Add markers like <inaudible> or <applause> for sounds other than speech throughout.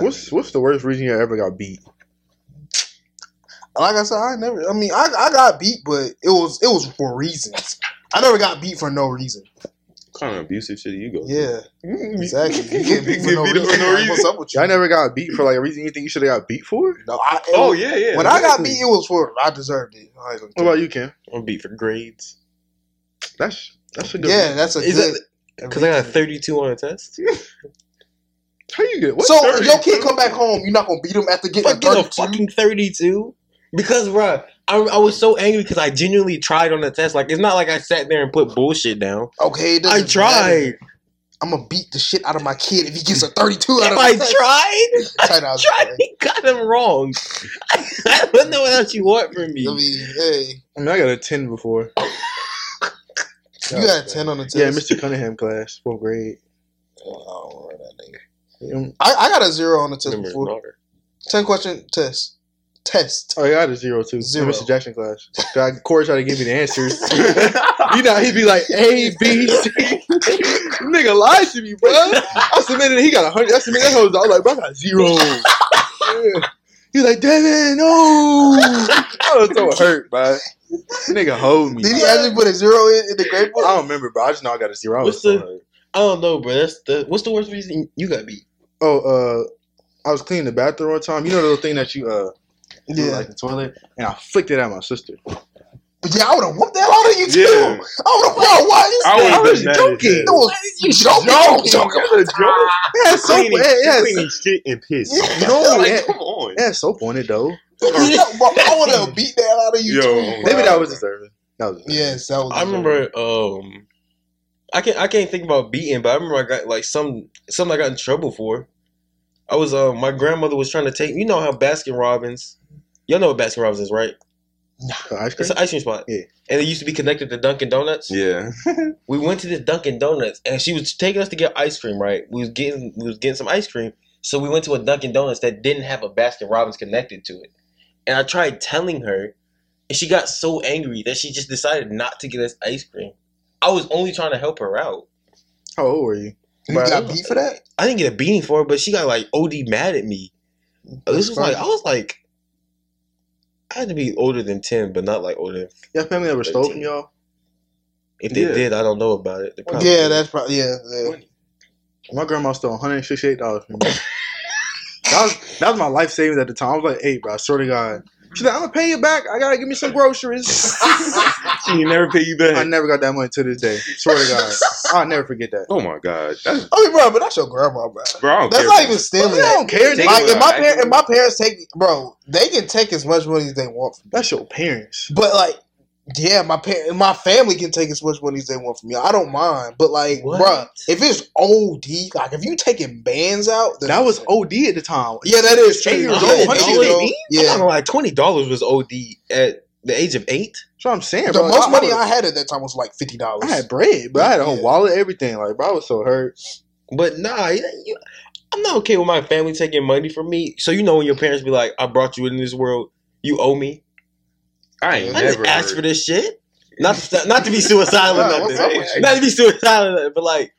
What's what's the worst reason you ever got beat? Like I said, I never. I mean, I, I got beat, but it was it was for reasons. I never got beat for no reason. What kind of abusive shit do you go? through? Yeah, exactly. <laughs> You get beat for Get no beat up reason. Like, what's up with you? I never got beat for like a reason you think you should have got beat for. No, I, Oh yeah, yeah. When I got beat, it was for I deserved it. I ain't gonna What tell about you. you, Ken? I'm beat for grades That's that's a good. Yeah, that's a Is good. because I got a 32 on a test. How you get? What so if thirty? your kid come back home, you're not gonna beat him after getting a Fucking a 32? fucking 32. Because, bruh, I, I was so angry because I genuinely tried on the test. Like, it's not like I sat there and put bullshit down. Okay, it I doesn't tried. I'm gonna beat the shit out of my kid if he gets a 32 out If of I my tried, Tight out. tried, <laughs> he got them wrong. <laughs> I don't know what else you want from I me. mean, hey, I mean, I got a ten before. you got a 10 on the test. Yeah, Mr. Cunningham class, fourth grade. Oh, I don't remember that nigga. Um, I, I got a zero on the test Remember his before. daughter. 10 question test. Test. Oh, yeah, I got a zero too. Zero. Mr. Jackson class. I, Corey tried to give me the answers. <laughs> you know, he'd be like A, B, C. <laughs> Nigga lied to me, bro. I submitted. He got a hundred. I submitted that whole. I was like, bro, I got zero. yeah. He's like, damn it, no. I was so hurt, bro. Nigga, hold me. Did he actually put a zero in, in the grade I book? don't remember, bro. I just know I got a zero. I was What's so the- hurt. I don't know, bro. That's the what's the worst reason you got beat? Oh, uh, I was cleaning the bathroom one time. You know the little thing that you uh, do, Yeah. like the toilet, and I flicked it at my sister. But yeah, I would have whooped the hell out of you too. I would have, bro, why is I that? would've I was been mad as joking. hell. That was- you joking? No, joking. I was joking. It had soap. Cleaning- It had, it had- cleaning shit and piss. Yeah. <laughs> No, <laughs> <laughs> Like, it had- come on. it had soap on it though. bro, I would have beat the hell out of you Yo, oh too. bro. Maybe that was deserving. That was deserving. Yes, that was. I remember um I can't I can't think about beating, but I remember I got like some something I got in trouble for. I was uh my grandmother was trying to take you know how Baskin Robbins y'all know what Baskin Robbins is, right? Uh, ice cream. It's an ice cream spot. Yeah. And it used to be connected to Dunkin' Donuts. Yeah. We went to this Dunkin' Donuts and she was taking us to get ice cream, right? We was getting we was getting some ice cream. So we went to a Dunkin' Donuts that didn't have a Baskin Robbins connected to it. And I tried telling her, and she got so angry that she just decided not to get us ice cream. I was only trying to help her out. How old were you? You bro. got beat for that? I didn't get a beating for it, but she got like OD mad at me. This was like I was like I had to be older than ten, but not like older. than- Your family ever stole from Thirteen. y'all? If they Yeah. did, I don't know about it. They probably Yeah, did. that's probably yeah. yeah. My grandma stole one hundred sixty-eight dollars from me. that was that was my life savings at the time. I was like eight, bro. I swear to God. She's like, I'm gonna pay you back. I gotta give me some groceries. <laughs> she never pay you I back. never got that money to this day. Swear to God, I'll never forget that. Oh my god, that's I mean, bro, but that's your grandma, bro. bro. I don't That's care. not even stealing. I don't care. Take Like it if without my parents, asking. if my parents take, bro, they can take as much money as they want. From That's your parents. me. But like, yeah, my parent, my family can take as much money as they want from me. I don't mind. But like, What? bro, if it's OD, like if you taking bands out, then- That was OD at the time. yeah, that is true. Eight years Yeah, old, that is $100 true. mean? I'm not Yeah, gonna lie, twenty dollars was OD at the age of eight. That's what I'm saying, the bro. most I- money I, I was- had at that time was like fifty dollars. I had bread, but I had a whole Yeah. wallet, everything. Like, bro, I was so hurt. But nah, you, you- I'm not okay with my family taking money from me. So you know when your parents be like, "I brought you into this world, you owe me." I ain't ain't I never didn't ask for this shit. Not to, st- not to be suicidal Nah, or what's up nothing. with you? Not to be suicidal, or nothing, but like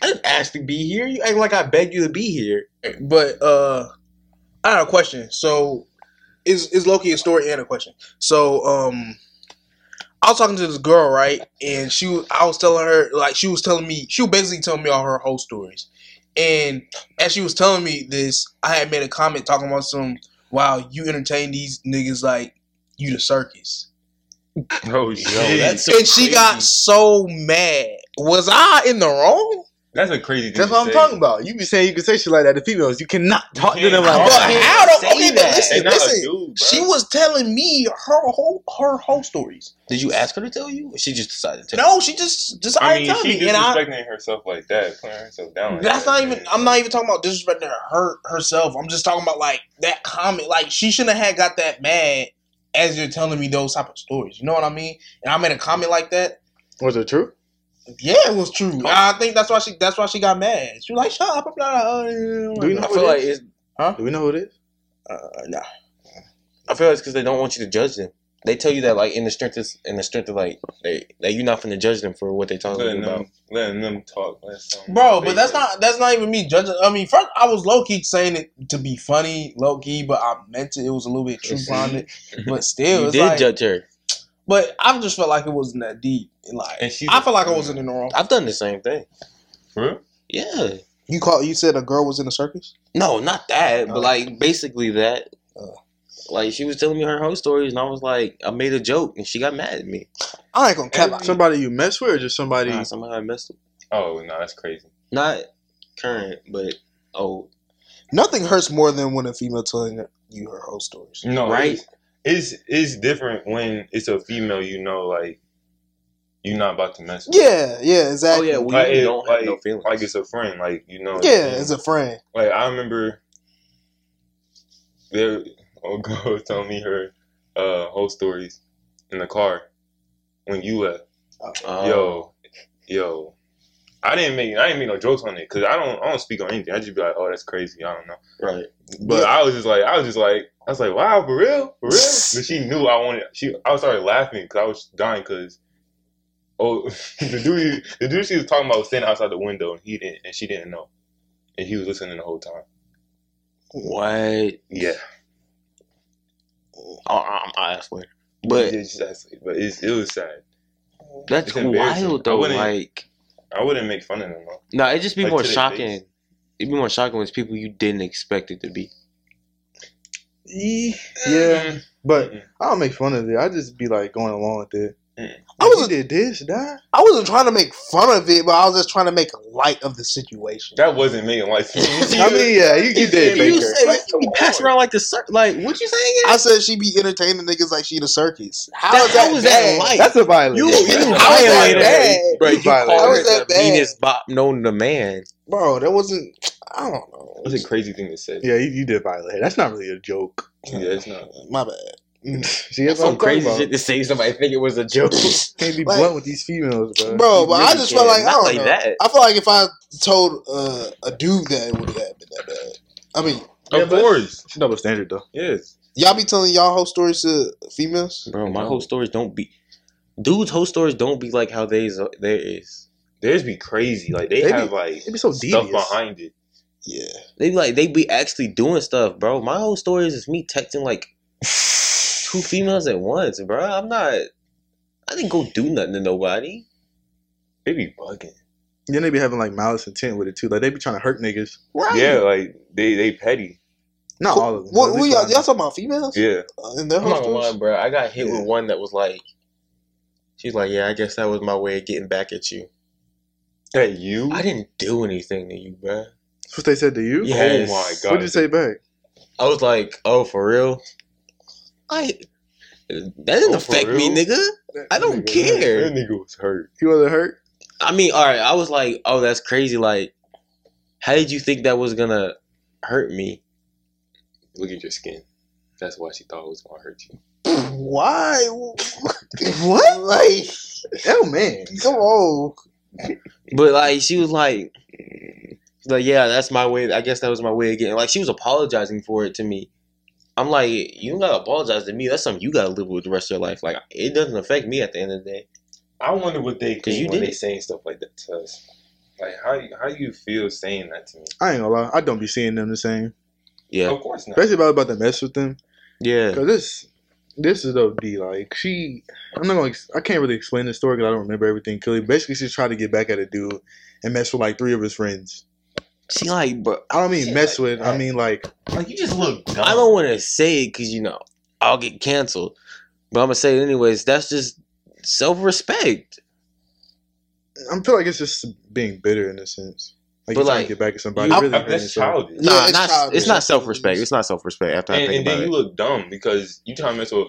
I didn't ask to be here. You act like I begged you to be here. But uh, I have a question. So, is is Loki a story and a question? So um, I was talking to this girl right, and she was- I was telling her like she was telling me she was basically telling me all her whole stories, and as she was telling me this, I had made a comment talking about some wow you entertain these niggas like you the circus, Oh, shit. and she got so mad. Was I in the wrong? that's a crazy. That's what I'm talking about. You be saying you can say shit like that to females. You cannot talk to can't them like talk. But that. I didn't how do say okay? But that. listen, And not a listen. She was telling me her whole her whole stories. Did you ask her to tell you? Or she just decided to. No, she just just I, tell me, and I. herself like that, putting herself down. That's not even. I'm not even talking about disrespecting her herself. I'm just talking about like that comment. Like she shouldn't have got that mad as you're telling me those type of stories. You know what I mean? And I made a comment like that. Was it true? Yeah, it was true. I think that's why she. That's why she got mad. She was like, "Shut up!" I'm not. Uh, Do you I know feel like it's. Do we know who it is? uh, nah. I feel like it's because they don't want you to judge them. They tell you that like in the strength of in the strength of like they that you're not finna judge them for what they talking Letting about. them, letting them talk. Let's, um, Bro, but they- that's not that's not even me judging. I mean, first I was low key saying it to be funny, low key, but I meant it. It was a little bit true behind it, but still, you it's did like, judge her. But I just felt like it wasn't that deep, and like And she I was- felt like I wasn't in the wrong. I've done the same thing. For real? Yeah. You call you said a girl was in a circus? No, not that, Oh. but like basically that. Oh. Like she was telling me her whole stories, and I was like, I made a joke, and she got mad at me. I ain't gonna cap. Somebody you mess with, or just somebody? Nah, somehow I messed up. Oh no, that's crazy. Not current, but oh, old. Nothing hurts more than when a female telling you her whole stories. No, Right? Oh, It's, it's it's different when it's a female. You know, like you're not about to mess. with. Yeah, yeah, Mm-hmm. Oh exactly. yeah, we Like, it- don't have like, no feelings. like it's a friend. Like you know. yeah, as a friend. Like I remember, there a <laughs> girl telling me her uh, whole stories in the car when you left. Oh. Yo, yo, I didn't make I didn't make no jokes on it because I don't I don't speak on anything. I just be like, oh, that's crazy. I don't know. right. But I was just like, I was just like, I was like, wow, for real, for real. <laughs> But she knew I wanted. She I started laughing because I was dying because. Oh, <laughs> the dude, the dude she was talking about was standing outside the window, and he didn't, and she didn't know, and he was listening the whole time. What? Yeah, I, I, I swear. But it's just, but it's, it was sad. that's It's embarrassing. wild I though. wouldn't- Like, I wouldn't make fun of them though. no, it just be Like, more to their shocking. face. It'd be more shocking when it's people you didn't expect it to be. E- Yeah, but I don't make fun of it. I just be like going along with it. Mm. I was did this, nah. I wasn't trying to make fun of it, but I was just trying to make light of the situation. <laughs> That wasn't making life. <laughs> <laughs> I mean, yeah, you, you did, you Baker. say you be passing around like the cir- like what you saying? I said she be entertaining niggas like she the circus. How That- is that, how is that bad? light? That's a violence. <laughs> You- <laughs> you How is that violated her. bad? Bro, you you called violated her. her That was the that bad. meanest bop known to man. Bro, that wasn't. I don't know. That's a crazy thing to say. yeah, you, you did violate. her. That's not really a joke. Yeah, it's not. My bad. See, That's that's what some I'm crazy crazy about. shit to say. Somebody think it was a joke. Can't be Like- blunt with these females, bro. Bro, <laughs> You but I really just felt can. like I Not don't like know. that. I feel like if I told uh, a dude that, it would have been that bad. I mean, Of course, It's double standard though. yes. y'all be telling y'all whole stories to females. Bro, my whole stories don't be. Dudes' whole stories don't be like how they's there is. Theirs be crazy. Like they They be- have like It'd be so stuff devious. behind it. Yeah, They be like they be actually doing stuff, bro. My whole stories is me texting like two females at once, bro. I'm not. I didn't go do nothing to nobody. They be bugging. Then they be having like malice intent with it too. Like they be trying to hurt niggas. right. Yeah, like they they petty. Not all of them. What, but at who least y'all, one. y'all talking about females? Yeah, Uh, in their I'm whole not gonna stories? lie, bro. I got hit Yeah. with one that was like, she's like, yeah, I guess that was my way of getting back at you. that you. I didn't do anything to you, bro. That's what they said to you. Yeah. Oh Yes. my god. What'd you say back? I was like, oh, for real? I that didn't Oh, for affect me, real? nigga. I don't That nigga- care. That nigga was hurt. You wasn't hurt. I mean, all right. I was like, oh, that's crazy. Like, how did you think that was gonna hurt me? Look at your skin. That's why she thought it was gonna hurt you. <laughs> Why? what? Like, Hell, Oh, man. come on. But like, she was like, she's like, yeah, that's my way. I guess that was my way of getting. Like, she was apologizing for it to me. I'm like, you don't gotta apologize to me. That's something you gotta live with the rest of your life. Like, it doesn't affect me at the end of the day. I wonder what they 'Cause think you when did they it. saying stuff like that to us. Like how you- how you feel saying that to me? I ain't gonna lie. I don't be seeing them the same. Yeah, Of course not. Especially if I was about to mess with them. yeah. Cause this, this is OD. Like she, I'm not gonna. ex- I can't really explain the story because I don't remember everything clearly. Basically, she tried to get back at a dude and mess with like three of his friends. She like, bro. I don't mean Shit mess like with. I that. mean like Like you just look dumb. I don't want to say it because you know I'll get canceled, but I'm gonna say it anyways. That's just self respect. I feel like it's just being bitter in a sense. Like But, you trying like, to get back at somebody. you- really hurting That's- that's yourself. childish. Nah, it's not, childish. it's not self respect. It's not self respect. After I And, think and about then it, you look dumb because you trying to mess with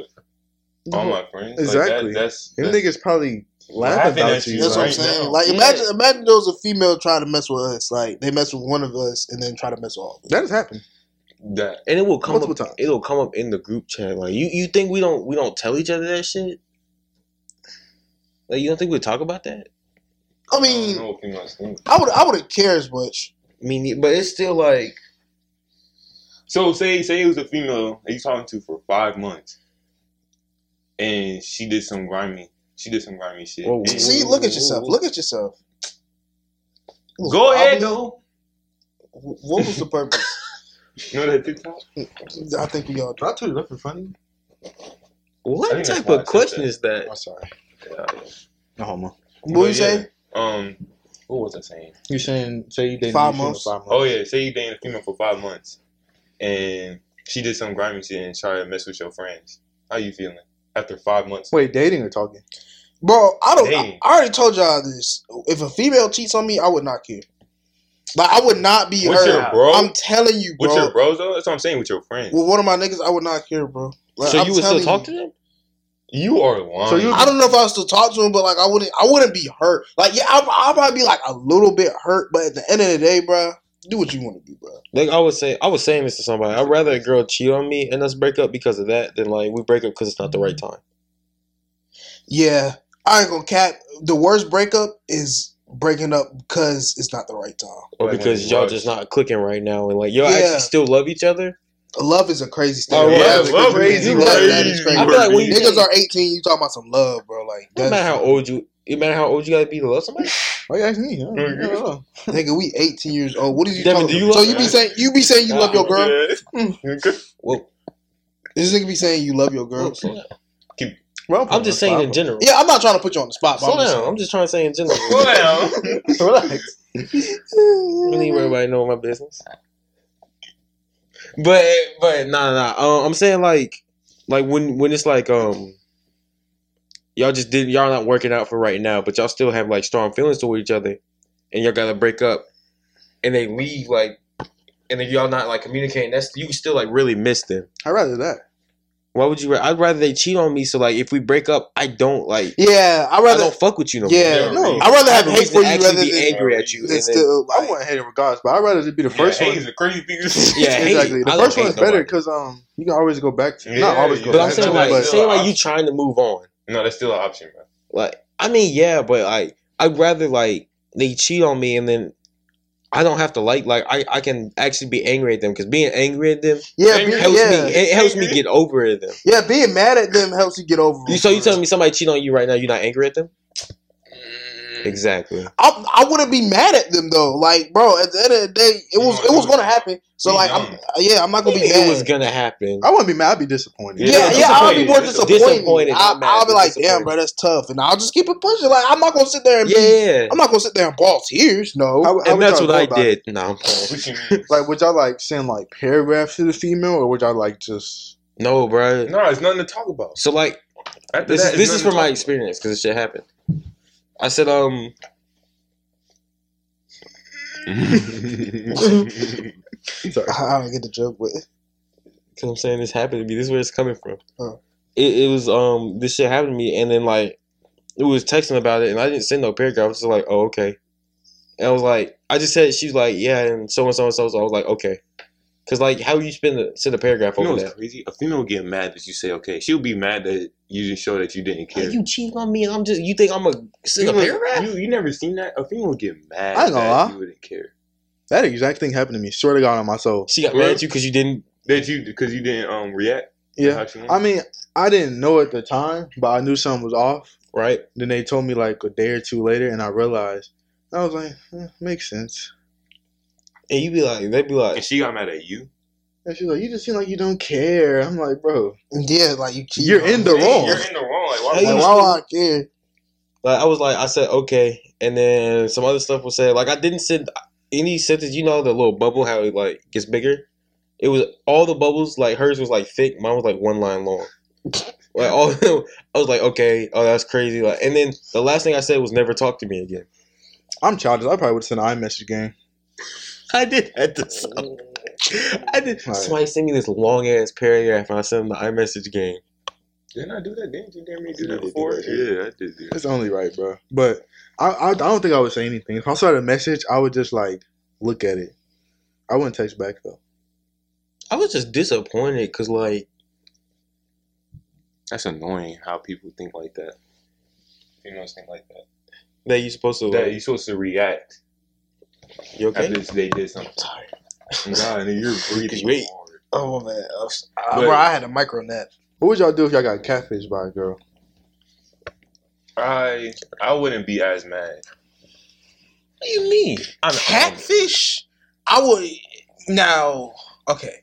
all my friends. Exactly. Like that, that's, Them that's niggas probably laugh Laughing about at you. you, That's what I'm right saying. now. Like, Yeah. imagine, imagine there was a female trying to mess with us. Like, they mess with one of us and then try to mess with all of us. That has happened. that. and it will come up. Multiple times. It'll come up in the group chat. Like you, you think we don't we don't tell each other that shit? Like you don't think we talk about that? I I mean, don't know if you must think. I would, I wouldn't care as much. I mean, but it's still like So say say it was a female that you talking to for five months, and she did some grimy. She did some grimy shit. Whoa. And- See, look at yourself. Look at yourself. Go ahead Why though. was- What was the purpose? You know that TikTok? I think we all do. I tweet nothing funny. I What think type that's why I of said question that. is that? I'm sorry. Yeah. No homo. What But you say? yeah, Um, what was I saying? You saying say you dated Five you shouldn't months. have Five months. Oh yeah, say you dated a female for five months, and she did some grimy shit and tried to mess with your friends. How you feeling after five months? Wait, dating or talking? Bro, I don't. I, Dang. I already told y'all this. If a female cheats on me, I would not care. Like I would not be With hurt. your bro? I'm telling you, bro. With your bros though, that's what I'm saying. With your friends, With one of my niggas, I would not care, bro. Like, so I'm you would still telling talk to them? you are lying. So you- I don't know if I would still talk to him, but like I wouldn't. I wouldn't be hurt. Like yeah, I'll, I'll probably be like a little bit hurt, but at the end of the day, bro, do what you want to do, bro. Like I was saying, I was saying this to somebody. I'd rather a girl cheat on me and us break up because of that than like we break up because it's not the right Mm-hmm. time. Yeah, I ain't gonna cap. The worst breakup is breaking up because it's not the right time. Or Right, when because you y'all rush. just not clicking right now and like y'all Yeah. actually still love each other. Love is a crazy thing. Oh, bro. yeah, that's love crazy. is That- that is crazy. I feel like when you- Niggas are 18. You talking about some love, bro? Like No matter that's how old you, no matter how old you gotta be to love somebody. Why you asking me? I don't- I don't know. nigga. We 18 years old. What is you Devin, talking? do you about? so love- you be saying you be saying you love your girl. Yeah. Well, This nigga be saying you love your girl. Well, I'm just saying in Relax. general. Yeah, I'm not trying to put you on the spot. But Slow I'm just down. I'm just trying to say in general. Slow down. <laughs> Relax. really worry about knowing my business. But but nah nah. Um, I'm saying like like when when it's like um y'all just didn't y'all not working out for right now, but y'all still have like strong feelings toward each other, and y'all gotta break up, and they leave like, and then y'all not like communicating. That's you still like really miss them. I'd rather that. Why would you? ra- I'd rather they cheat on me. So like if we break up, I don't like. yeah, I I rather don't fuck with you no more. yeah. Yeah, no. I rather have a hate reason for to you actually rather be than, angry at you. than and then- still. I Like, wouldn't hate it regardless, but I'd rather just be the first yeah, one. hey, it's a crazy <laughs> thing. Yeah, hate. exactly. The I first don't one's hate better nobody. because um you can always go back to not Yeah, always go yeah. But back I'm That's saying to, not like, but still saying an like you option. trying to move on. No, that's still an option, bro. Like, I mean, yeah, but like, I'd rather like they cheat on me and then I don't have to like like I I can actually be angry at them because being angry at them yeah, Angry. being, helps yeah, me it helps me Angry? get over them. yeah. Being mad at them helps you get over. You it, so you bro. telling me somebody cheat on you right now? You're not angry at them? Exactly. I, I wouldn't be mad at them though. Like, bro, at the end of the day, it You was know, it was it was- gonna happen. So we like, I'm, young. yeah, I'm not gonna be mad. Mm. It was gonna happen. I wouldn't be mad. I'd be disappointed. yeah, yeah, I'll be more Disappointed. disappointed. Disappointed, I, not mad, I'll be but like, disappointed. damn, bro, that's tough, and I'll just keep it pushing. Like, I'm not gonna sit there and Yeah, be, yeah. I'm not gonna sit there and ball tears. No, How- how And would that's y'all what go I about it? did. No, I'm playing. What you mean? Like, would y'all like send like paragraphs to the female, or would y'all like just? <laughs> no, bro. no, it's nothing to talk about. So like, After this is that, it's this is nothing to from my talk- experience because this shit happened. I said, um, Sorry. I don't get the joke, but Cause I'm saying this happened to me. This is where it's coming from. Oh. It, it was um this shit happened to me, and then like it was texting about it, and I didn't send no paragraph. I was just like, oh okay. And I was like, I just said she's like, yeah, and so and so and so. So I was like, okay, cause like how you spend the, send a paragraph You know over what's that? crazy? A female will get mad that you say okay. She'll be mad that you just show that you didn't Like, care. you cheating on me, and I'm just you think I'm a send a Female- paragraph? You, you never seen that? A female will get mad I ain't gonna that lie. you wouldn't care. That exact thing happened to me. Swear to God on my soul. She got mad at you because you didn't. That you because you didn't um react. to Yeah, how she wanted. I mean, I didn't know at the time, but I knew something was off. Right, Then they told me like a day or two later, and I realized. I was like, eh, makes sense. and you be like, they be and like, she got mad at you. And she's like, you just seem like you don't care. I'm like, bro, yeah, like you, keep, you're in the Dang, wrong. You're in the wrong. Like, why Hey, Like, would why would I care? like I was like, I said okay, and then some other stuff was said. Like I didn't send any sentence. You know the little bubble how it like gets bigger. It was all the bubbles. Like hers was like thick. Mine was like one line long. <laughs> Like all, <laughs> I was like, okay, oh that's crazy. Like, and then the last thing I said was never talk to me again. <laughs> I'm childish. I probably would send an iMessage game. I did that to some. <laughs> I did. Somebody sent me this long ass paragraph, and I sent them the iMessage game. Didn't I do that? Didn't you damn me do You that did do before? that, Yeah, I did do that. It's only right, bro. But I, I, I don't think I would say anything. If I saw the message, I would just like look at it. I wouldn't text back though. I was just disappointed because like That's annoying how people think like that. Females think like that. that you supposed to That like, you're supposed to react you okay? after they did something. Sorry. God, nigga, <laughs> you're breathing Wait. hard. Oh man, I, was- I- But- bro, I had a micro net. What would y'all do if y'all got catfished by a girl? I I wouldn't be as mad. What do you mean? I'm Catfish? I would now. Okay,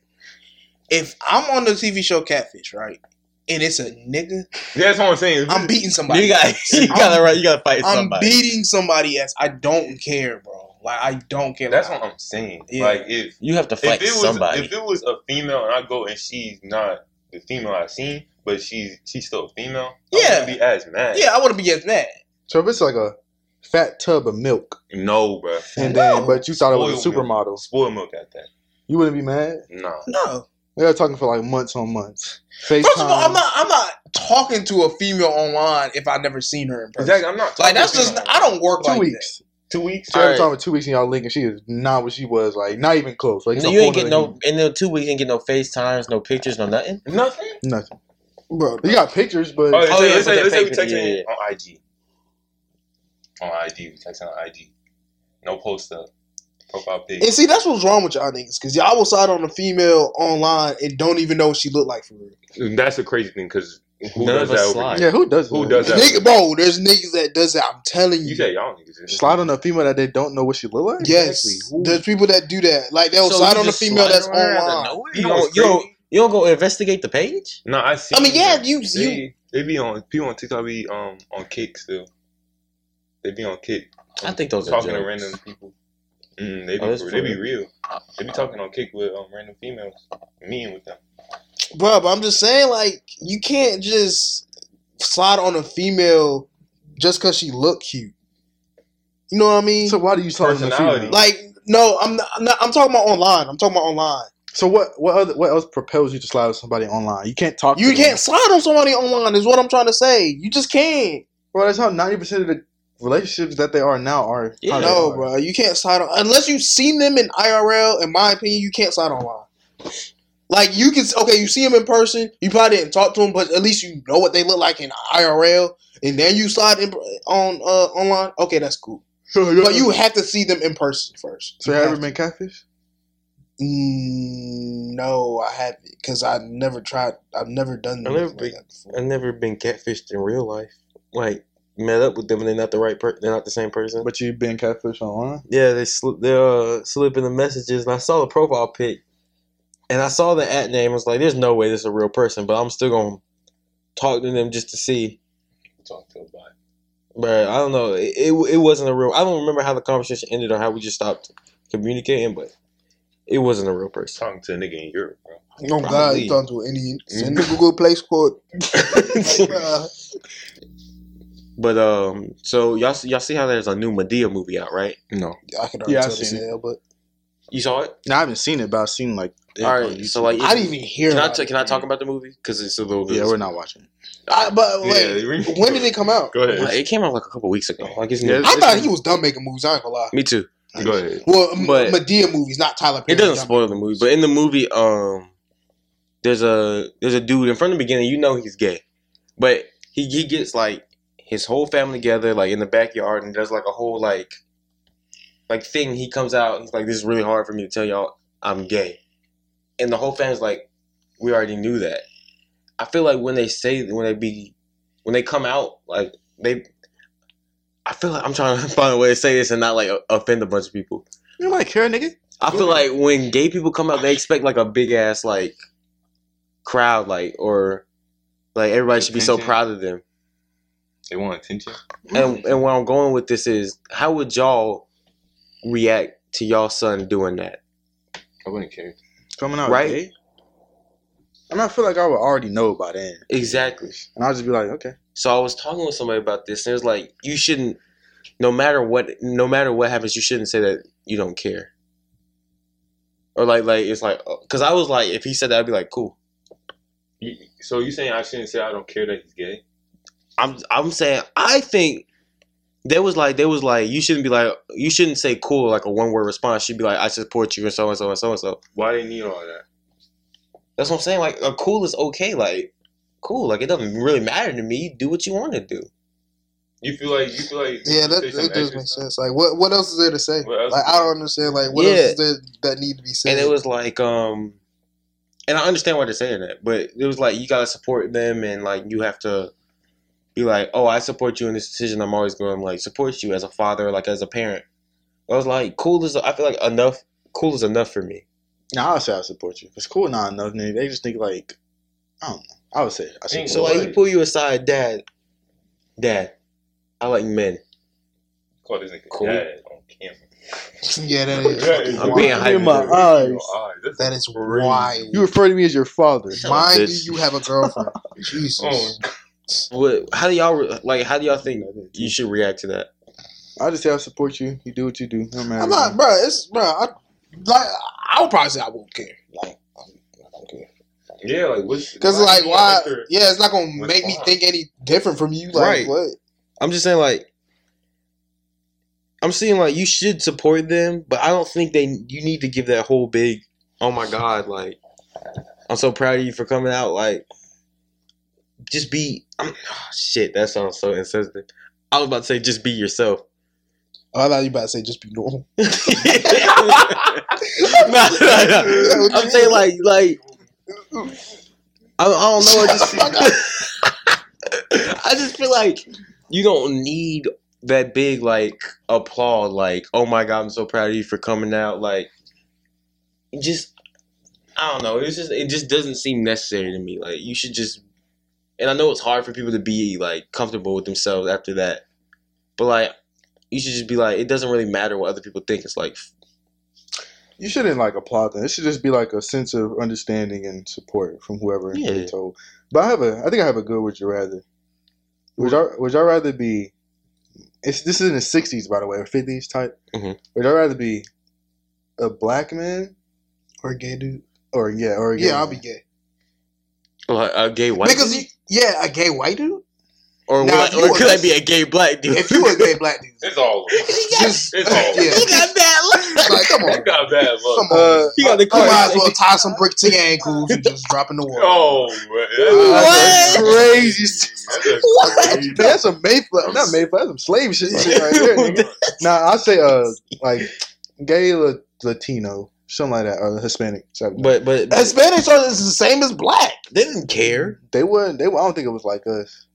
if I'm on the TV show Catfish, right, and it's a nigga, Yeah, that's what I'm saying. I'm beating somebody. You got you gotta <laughs> right, you gotta fight I'm somebody. beating somebody ass. I don't care, bro. Like I don't care. that's Like, what I'm saying. Yeah. Like if you have to if it fight was somebody. if it was a female and I go and she's not the female I seen, but she's she's still a female. I Yeah. wouldn't be as mad. yeah, I want to be as mad. So if it's like a fat tub of milk, No, bro. and then but you thought it was a Spoiled milk. supermodel, Spoil milk at that. you wouldn't be mad. Nah. No, They were talking for like months on months. FaceTime. first of all, I'm not. I'm not talking to a female online if I never seen her in person. Exactly. I'm not. Like talking that's to just. female. I don't work two like weeks. Two weeks. So every Alright. time with two weeks and y'all link and she is not what she was like, not even close. Like No, it's a you whole ain't get nother no in the two weeks. You ain't get no FaceTimes, no pictures, no nothing. Nothing. human- nothing. that, bro. You got pictures, but Oh, let's, Oh, say, yeah, let's, but say, they're let's say we fake- yeah, texting yeah. on IG. On IG, we texting on IG. No post up. Profile pic. And see, that's what's wrong with y'all niggas, because y'all will side on a female online and don't even know what she look like for real. That's a crazy thing because who None does of us that? slide. Over yeah, who does Who that? does that? Nigga, bro, there's niggas that does that. I'm telling you? you. You say y'all niggas. Slide on a female that they don't know what she look like. yes, Exactly. Who- there's people that do that. Like they'll So side you on a just female slide that's around out of online. nowhere? You You know what's don't, you, don't, crazy? you don't go investigate the page. No, I see. I mean, yeah, you you They, they be on people on TikTok be um on kick still. They be on kick. I think those are talking to jokes. random people. Mm, they be Oh, that's for- they be true. real. They be talking on kick with um, random females, meeting with them. bro. But I'm just saying, like, you can't just slide on a female just because she look cute. You know what I mean? So why do you slide on a Personality. female? like, no, I'm not, I'm not. I'm talking about online. I'm talking about online. so what? What other? What else propels you to slide on somebody online? You can't talk. You to them. can't slide on somebody online. Is what I'm trying to say. You just can't. Well, that's how ninety percent of the relationships that they are now are. Yeah. how they No, are. <laughs> bro. You can't slide on unless you've seen them in IRL. In my opinion, you can't slide online. Like you can okay, you see them in person. You probably didn't talk to them, but at least you know what they look like in IRL. And then you slide in, on uh, online. Okay, that's cool. But you have to see them in person first. So you ever been catfish? Mm, no, I haven't because I never tried. I've never done. I've never anything like been- that before. I've never been catfished in real life. Like met up with them and they're not the right per- they're not the same person. But you've been catfish online. Yeah, they sli- they uh, slip in the messages, and I saw the profile pic, and I saw the at name. I was like, "There's no way this is a real person," but I'm still gonna talk to them just to see. Talk to a bot. But I don't know. It, it it wasn't a real. I don't remember how the conversation ended or how we just stopped communicating, but it wasn't a real person. Talking to a nigga in Europe, bro. Oh God, Probably. you talking to an Indian? Send Mm. the Google Play Squad. <laughs> but um, so y'all see- y'all see how there's a new Medea movie out, right? No, I can already Yeah, I've tell this seen it. hell, but you saw it. No, I haven't seen it, but I've seen like. it All on right, so YouTube. like, I didn't even hear. can I about ta- it. can I talk about the movie because it's a little bit. yeah, we're not watching. I, but Yeah, wait, we- when did it come out? <laughs> Go ahead. Like, it came out like a couple weeks ago. Like it's new. Yeah, I thought he was done making movies. I ain't gonna lie. Me too. Go ahead. Well, M- But- Medea movies, not Tyler Perry. It doesn't spoil the movie, but in the movie, um, there's a there's a dude and from the beginning. You know he's gay, but he he gets like his whole family together, like in the backyard, and there's like a whole like like thing. He comes out. He's like, "This is really hard for me to tell y'all I'm gay," and the whole family's like, "We already knew that." I feel like when they say when they be when they come out, like they. I feel like I'm trying to <laughs> find a way to say this and not like offend a bunch of people. You don't like hair, nigga? I feel like when gay people come out, they expect like a big ass like crowd, like or like everybody should be so Attention. proud of them. They want attention. And and where I'm going with this is, how would y'all react to y'all son doing that? I wouldn't care. Coming out Right. Oh, gay? And I feel like I would already know by then, Exactly. and I'll just be like, okay. So I was talking with somebody about this, and it's like you shouldn't, no matter what, no matter what happens, you shouldn't say that you don't care. Or like like it's like, cause I was like, if he said that, I'd be like, cool. You, so you saying I shouldn't say I don't care that he's gay? I'm I'm saying I think there was like there was like you shouldn't be like you shouldn't say cool like a one word response. She'd be like I support you and so and so and so and so. Why they need all that? That's what I'm saying. Like a cool is okay. Like cool. Like it doesn't really matter to me. You do what you want to do. You feel like you feel like Yeah, that, say some that does extra make stuff? sense. Like, what what else is there to say? What else Like, is I don't understand. Like, what Yeah. Mm. else is there that need to be said? And it was like um and I understand why they're saying that, but it was like you gotta support them, and like you have to be like, oh, I support you in this decision. I'm always going to like support you as a father, like as a parent. I was like, cool is I feel like enough. Cool is enough for me. Nah, I say I support you. It's cool, not enough, nigga. They just think like, I don't know. I would say I support. So like, he pull you aside, dad. Dad, I like men. Call this nigga Cool. dad on <laughs> camera. Yeah, that is That is I'm wild. being hyper. In my Look at your eyes. That's- that is Crazy. wild. you refer to me as your father. Mind you, bitch. you have a <laughs> girlfriend. Jesus. Oh, What? How do y'all re- like? How do y'all think you should react to that? I just say I support you. You do what you do. No matter. I'm not, bro. It's bro. I, like, I would probably say I won't care. Like, I don't care. yeah, like what's Cause like, why? Yeah, it's not gonna What's make me wrong? think any different from you. Like, Right. what? I'm just saying like. I'm saying like you should support them, but I don't think they you need to give that whole big, oh my god, like I'm so proud of you for coming out. Like, just be. I'm, <sighs> shit, that sounds so insensitive. I was about to say just be yourself. <laughs> Oh, I thought you about to say just be <laughs> normal. <laughs> no, no, no. I'm saying like like I, I don't know. I just <laughs> I just feel like you don't need that big like applaud. Like oh my god, I'm so proud of you for coming out. Like it just I don't know. It's just it just doesn't seem necessary to me. Like you should just. And I know it's hard for people to be like comfortable with themselves after that, but like you should just be like it doesn't really matter what other people think. It's like You shouldn't like applaud them. It should just be like a sense of understanding and support from whoever Yeah. they told. But I have a, I think I have a good would you rather. Would I would y'all rather be? It's this is in the sixties, by the way, or fifties type. Mhm. Would y'all rather be a black man Or a gay dude. or yeah or a gay Yeah, I'll man? be gay. Like a gay white because you, yeah, a gay white dude. Nah, or would I- you a- or could I be a gay black dude? If you <laughs> a <laughs> gay black dude, It's all. just It's all. yeah. got bad luck. Like, come That on. got bad luck. Come on. Uh, You got the You card. might as well tie some brick to your ankles and just drop in the water. Oh, man. that's That's a a- crazy. That's a <laughs> crazy- Man, that's some Mayflower, not Mayflower, that's some slave shit, shit right there. nigga. Nah, I say uh like gay La- Latino, something like that, or Hispanic. something like But but Hispanics are is the same as black. they didn't care. that. they weren't. They were, I don't think it was like us.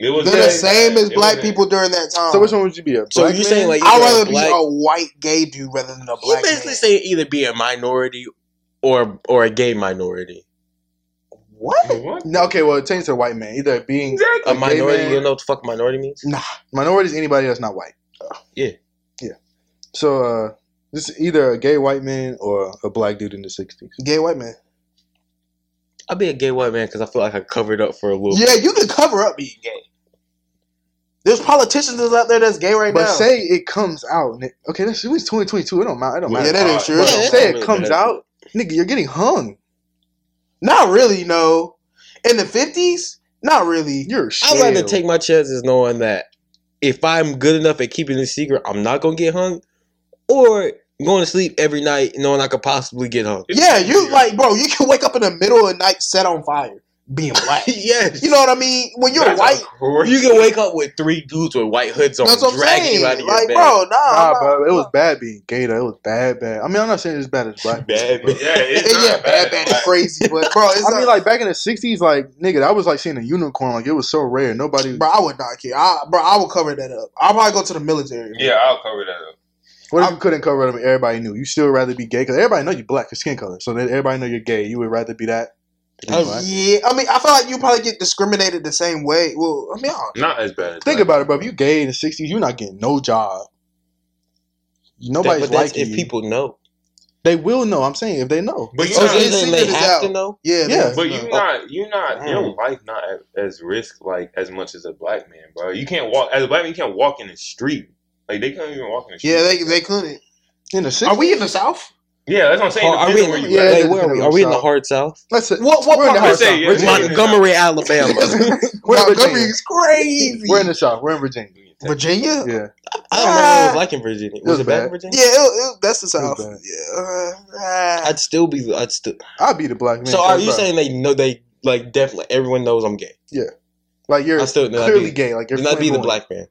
It was They're the bad. same as It black was bad. people during that time. So which one would you be? A Oh. So black you're saying man? like I'd either a rather black- be a white gay dude rather than a you black basically man. say either be a minority or or a gay minority. what? What? No, okay, well, change to white man. Either being Exactly. A gay minority, man- you know what the fuck minority means? Nah. minority is anybody that's not white. Yeah. yeah. So uh, this is either a gay white man or a black dude in the '60s. Gay white man. I'd be a gay white man because I feel like I covered up for a little. Yeah, you can cover up being gay. There's politicians that's out there that's gay right But now. say it comes out, ni- okay? That's it was 2022. It don't matter. It don't Well, matter. yeah, that is true. But Yeah, say that don't it really comes matter. out, nigga, you're getting hung. Not really, no. In the fifties, not really. You're. I'd rather shell. take my chances knowing that if I'm good enough at keeping it secret, I'm not gonna get hung, or going to sleep every night knowing I could possibly get hung. Yeah, you like, bro. You can wake up in the middle of the night, set on fire, being <laughs> black. yes. you know what I mean? When you're That's white, a crazy- You can wake up with three dudes with white hoods on, that's what I'm dragging saying. you out of like, your bed. bro, Nah, nah, nah. bro, it was bad being gay though. It was bad, bad. I mean, I'm not saying it's bad as black. Bad, man. Yeah, Yeah, it's <laughs> not yeah, bad, bad, is crazy, but bro, it's I not, mean, like back in the '60s, like nigga, that was like seeing a unicorn. Like it was so rare. Nobody. bro. I would not care. I, bro, I would cover that up. I'll probably go to the military. Yeah, I'll cover that up. What if you couldn't cover them? Everybody knew. You still rather be gay because everybody know you black, your skin color. So that everybody know you're gay. You would rather be that. than I- black. Uh, Yeah, I mean, I feel like you probably get discriminated the same way. Well, I mean, I don't know. Not as bad. As <laughs> Think black. about it, bro. If you gay in the '60s, you're not getting no job. Nobody's but that's liking if you. people know. They will know. I'm saying if they know. But Oh, you so not, it's- you're saying seen they it as have to out. know? yeah, Yeah. that's- but you no. not you not your Mm. life not at, as risk like as much as a black man, bro. You can't walk as a black man. You can't walk in the street. Like they can't even walk in the street. yeah, they they couldn't. In the '60s, Are we in the south? yeah. That's what I'm saying. Oh, are we in, Depending where you yeah, at. like, it where are we? Are we in the hard south? Let's say, What- what we're in the part- hard Let's say, south. yeah, We're in yeah. Virginia. Montgomery, <laughs> Alabama. We're in Montgomery Virginia. is crazy. We're in the south. We're in Virginia. Virginia? Yeah. I don't know what it was like in Virginia. was Was it bad in bad. Virginia? Yeah, it, it, that's the was South. bad. Yeah. Uh, I'd still be. I'd still. I'd be the black man. so are you Bro, saying they know they like definitely everyone knows I'm gay? like you're I still then I'd clearly be- gay? Like you're Then I'd be the flamboyant. black man.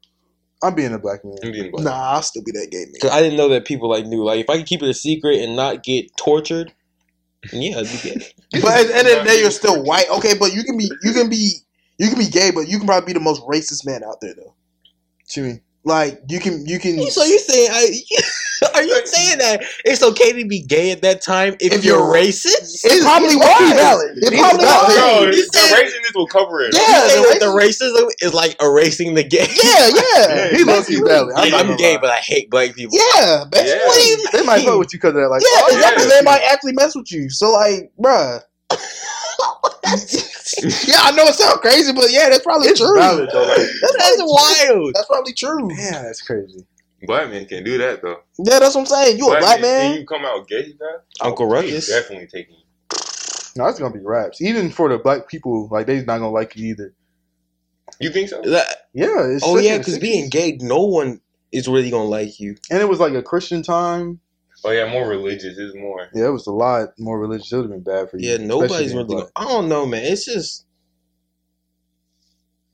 I'm being a black man. I'm being uh, black. nah, I'll still be that gay man. Because I didn't know that people like knew. Like if I could keep it a secret and not get tortured, Yeah, it'd be gay. But at the end of the day, you're still white. Okay, but you can be you can be you can be gay, but you can probably be the most racist man out there though. Jimmy. Like you can you can So you're saying, I, <laughs> are you saying that it's okay to be gay at that time if, If you're, you're- racist? it probably was. valid. It He's probably valid. No, <laughs> was. the You said- racism will cover it. You Yeah, say that the the racism is like erasing the gay. race- yeah, yeah, He loves you valid. Like, not <laughs> I'm gonna gay, lie. but I hate black people. yeah. Basically, Yeah. What do you They might fuck with you because of that. Like, Yeah, oh, yeah. exactly. yeah. They might actually mess with you. So like, bruh. yeah, I know it sounds crazy, but yeah, that's probably it's true. valid though. Like, That's, That's probably wild. that's probably true. yeah, that's crazy. Black men can do that though. Yeah, that's what I'm saying. You a black men- man? and you come out gay, bro. Uncle Ruckus. definitely taking. you. No, it's gonna be raps. Even for the black people, like they not gonna like it either. You think so? That- Yeah. It's oh such yeah, an because issue. being gay, no one is really gonna like you. and it was like a Christian time. Oh yeah, more religious is more. Yeah, it was a lot more religious. It would have been bad for you. Yeah, especially nobody's being really. black. Gonna, I don't know, man. It's just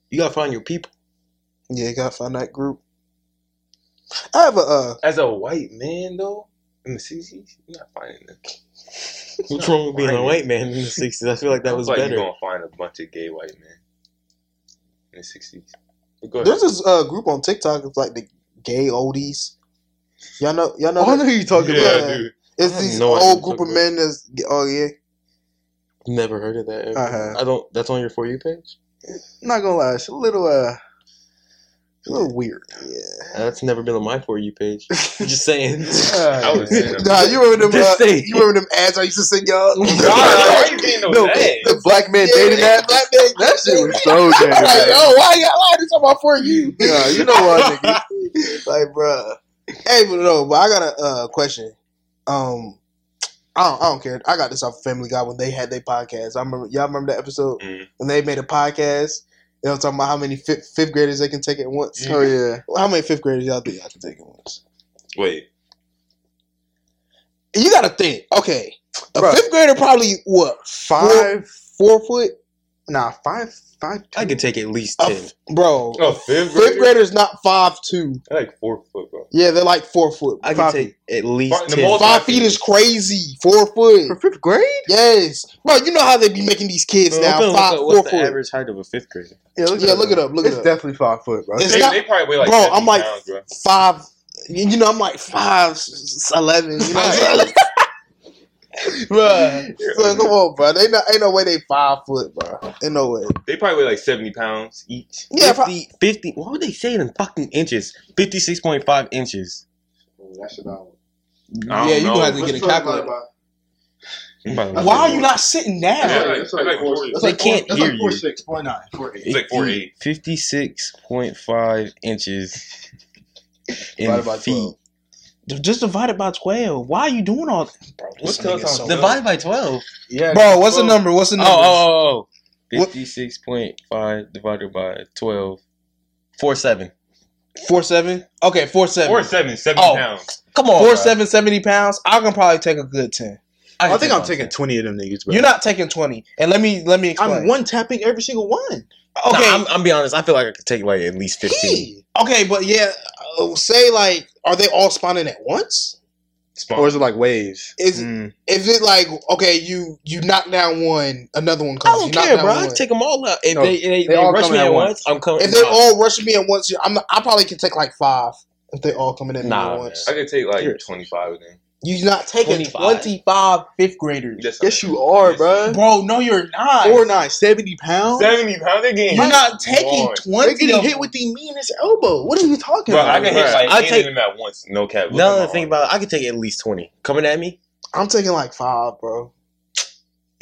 you gotta find your people. Yeah, gotta find that group. I have a uh, As a white man though, in the sixties, you're not finding them. What's wrong with being a Finding- white man in the '60s? I feel like that was like better. You're gonna find a bunch of gay white men in the sixties. Go ahead. there's this uh, group on TikTok. It's like the gay oldies. Y'all know, y'all know. Oh, I that? know who you talking yeah, about. about- dude. It's I have these no idea old what group you're of men that's oh yeah. Never heard of that. Uh, Ever. Uh-huh. I don't. That's on your for you page. I'm not gonna lie, it's a little uh, a little weird. That's never been on my for you page. I'm just saying. <laughs> uh, I was in a- Nah, you remember them? Just Uh, saying. you remember them ads I used to send y'all? <laughs> God, why you getting No, those ads? the black man dating Yeah, app. black man. That shit was so I'm damn <laughs> like, bad. yo, why y'all why this about for you? Nah, you know what, <laughs> nigga? like, bruh. Hey, but no, but I got a uh, question. Um, I don't, I don't care. I got this off of Family Guy when they had their podcast. I remember y'all remember that episode Mm-hmm. Mhm. when they made a podcast. They were talking about how many fifth, fifth graders they can take at once. Oh yeah, How many fifth graders y'all think I can take at once? Wait, You gotta think. Okay, a Bruh. fifth grader probably what five, four foot, nah, five, five. I could take at least A ten. f- bro. oh fifth grade, Fifth grader's not five two. They're like four foot, bro. Yeah, they're like four foot. I could Five take at least The ten. most- Five feet is crazy. Four foot. for fifth grade. Yes, bro. You know how they be making these kids I'm now. gonna look Five, up four what's the foot. average height of a fifth grader? Yeah, look, Yeah, look it up. Look it's it up. definitely five foot, bro. It's They, not- they probably weigh like bro, I'm 70 like- pounds, bro. Five. You know, I'm like five, s- s- eleven. You know, what I'm saying? <laughs> Bruh. so come on, bro. They not, ain't no way they five foot, bro. Ain't no way. They probably weigh like seventy pounds each. Yeah, pro- 50, 50 Why would they say it in fucking inches? Fifty-six point five inches. That's I don't yeah. You know. gonna have to get a calculator. Why Wow, are you not sitting Yeah, down? like, it's like four, it's They can't hear you. six, four nine, four eight. like four eight. 56 56.5 inches <laughs> in Divided by feet. 12. Just divide it by twelve. Why are you doing all that, bro? What's This the nigga's so other Divided by 12? Yeah, Bro, what's the number? What's the Oh, number? oh, oh, oh. What- 56.5 divided by 12. 4 7. Four seven. Okay, four seven. oh. Four Four, seven, seventy Oh. pounds. Come on. bruh. seven, 70 pounds. I can probably take a good ten. I, can think take I'm taking twenty of them niggas, bro. You're not taking twenty. And let me let me explain. I'm one tapping every single one. all of them. okay, Nah, I'm, I'm be honest. I feel like I could take like at least 15. okay, but yeah, uh, say like, are they all spawning at once? Small. Or is it like waves? Is Mm. is it like okay, you you knock down one, another one I comes. don't you knock care, down bro. I one. can take them all out. If No, they, they, they, they all rush coming me at at once. once, I'm coming. if they're nah. all rushing me at once, I'm I probably can take like five if they all coming at me Nah, at once. I could take like Serious. twenty five of them. You're not taking 25. 25 fifth graders, That's Yes, you are, bro. bro. No, you're not. Four nine, 70 pounds. Seventy pounds. They're getting you're hit. not taking Lord. They're twenty. getting of hit them. with the meanest elbow. What are you talking Bro, I about? can hit Bruh, like I eight take- of them at once. No cap. Look Now at that I my think arm. about it, I could take at least 20. Coming at me? I'm taking like five, bro.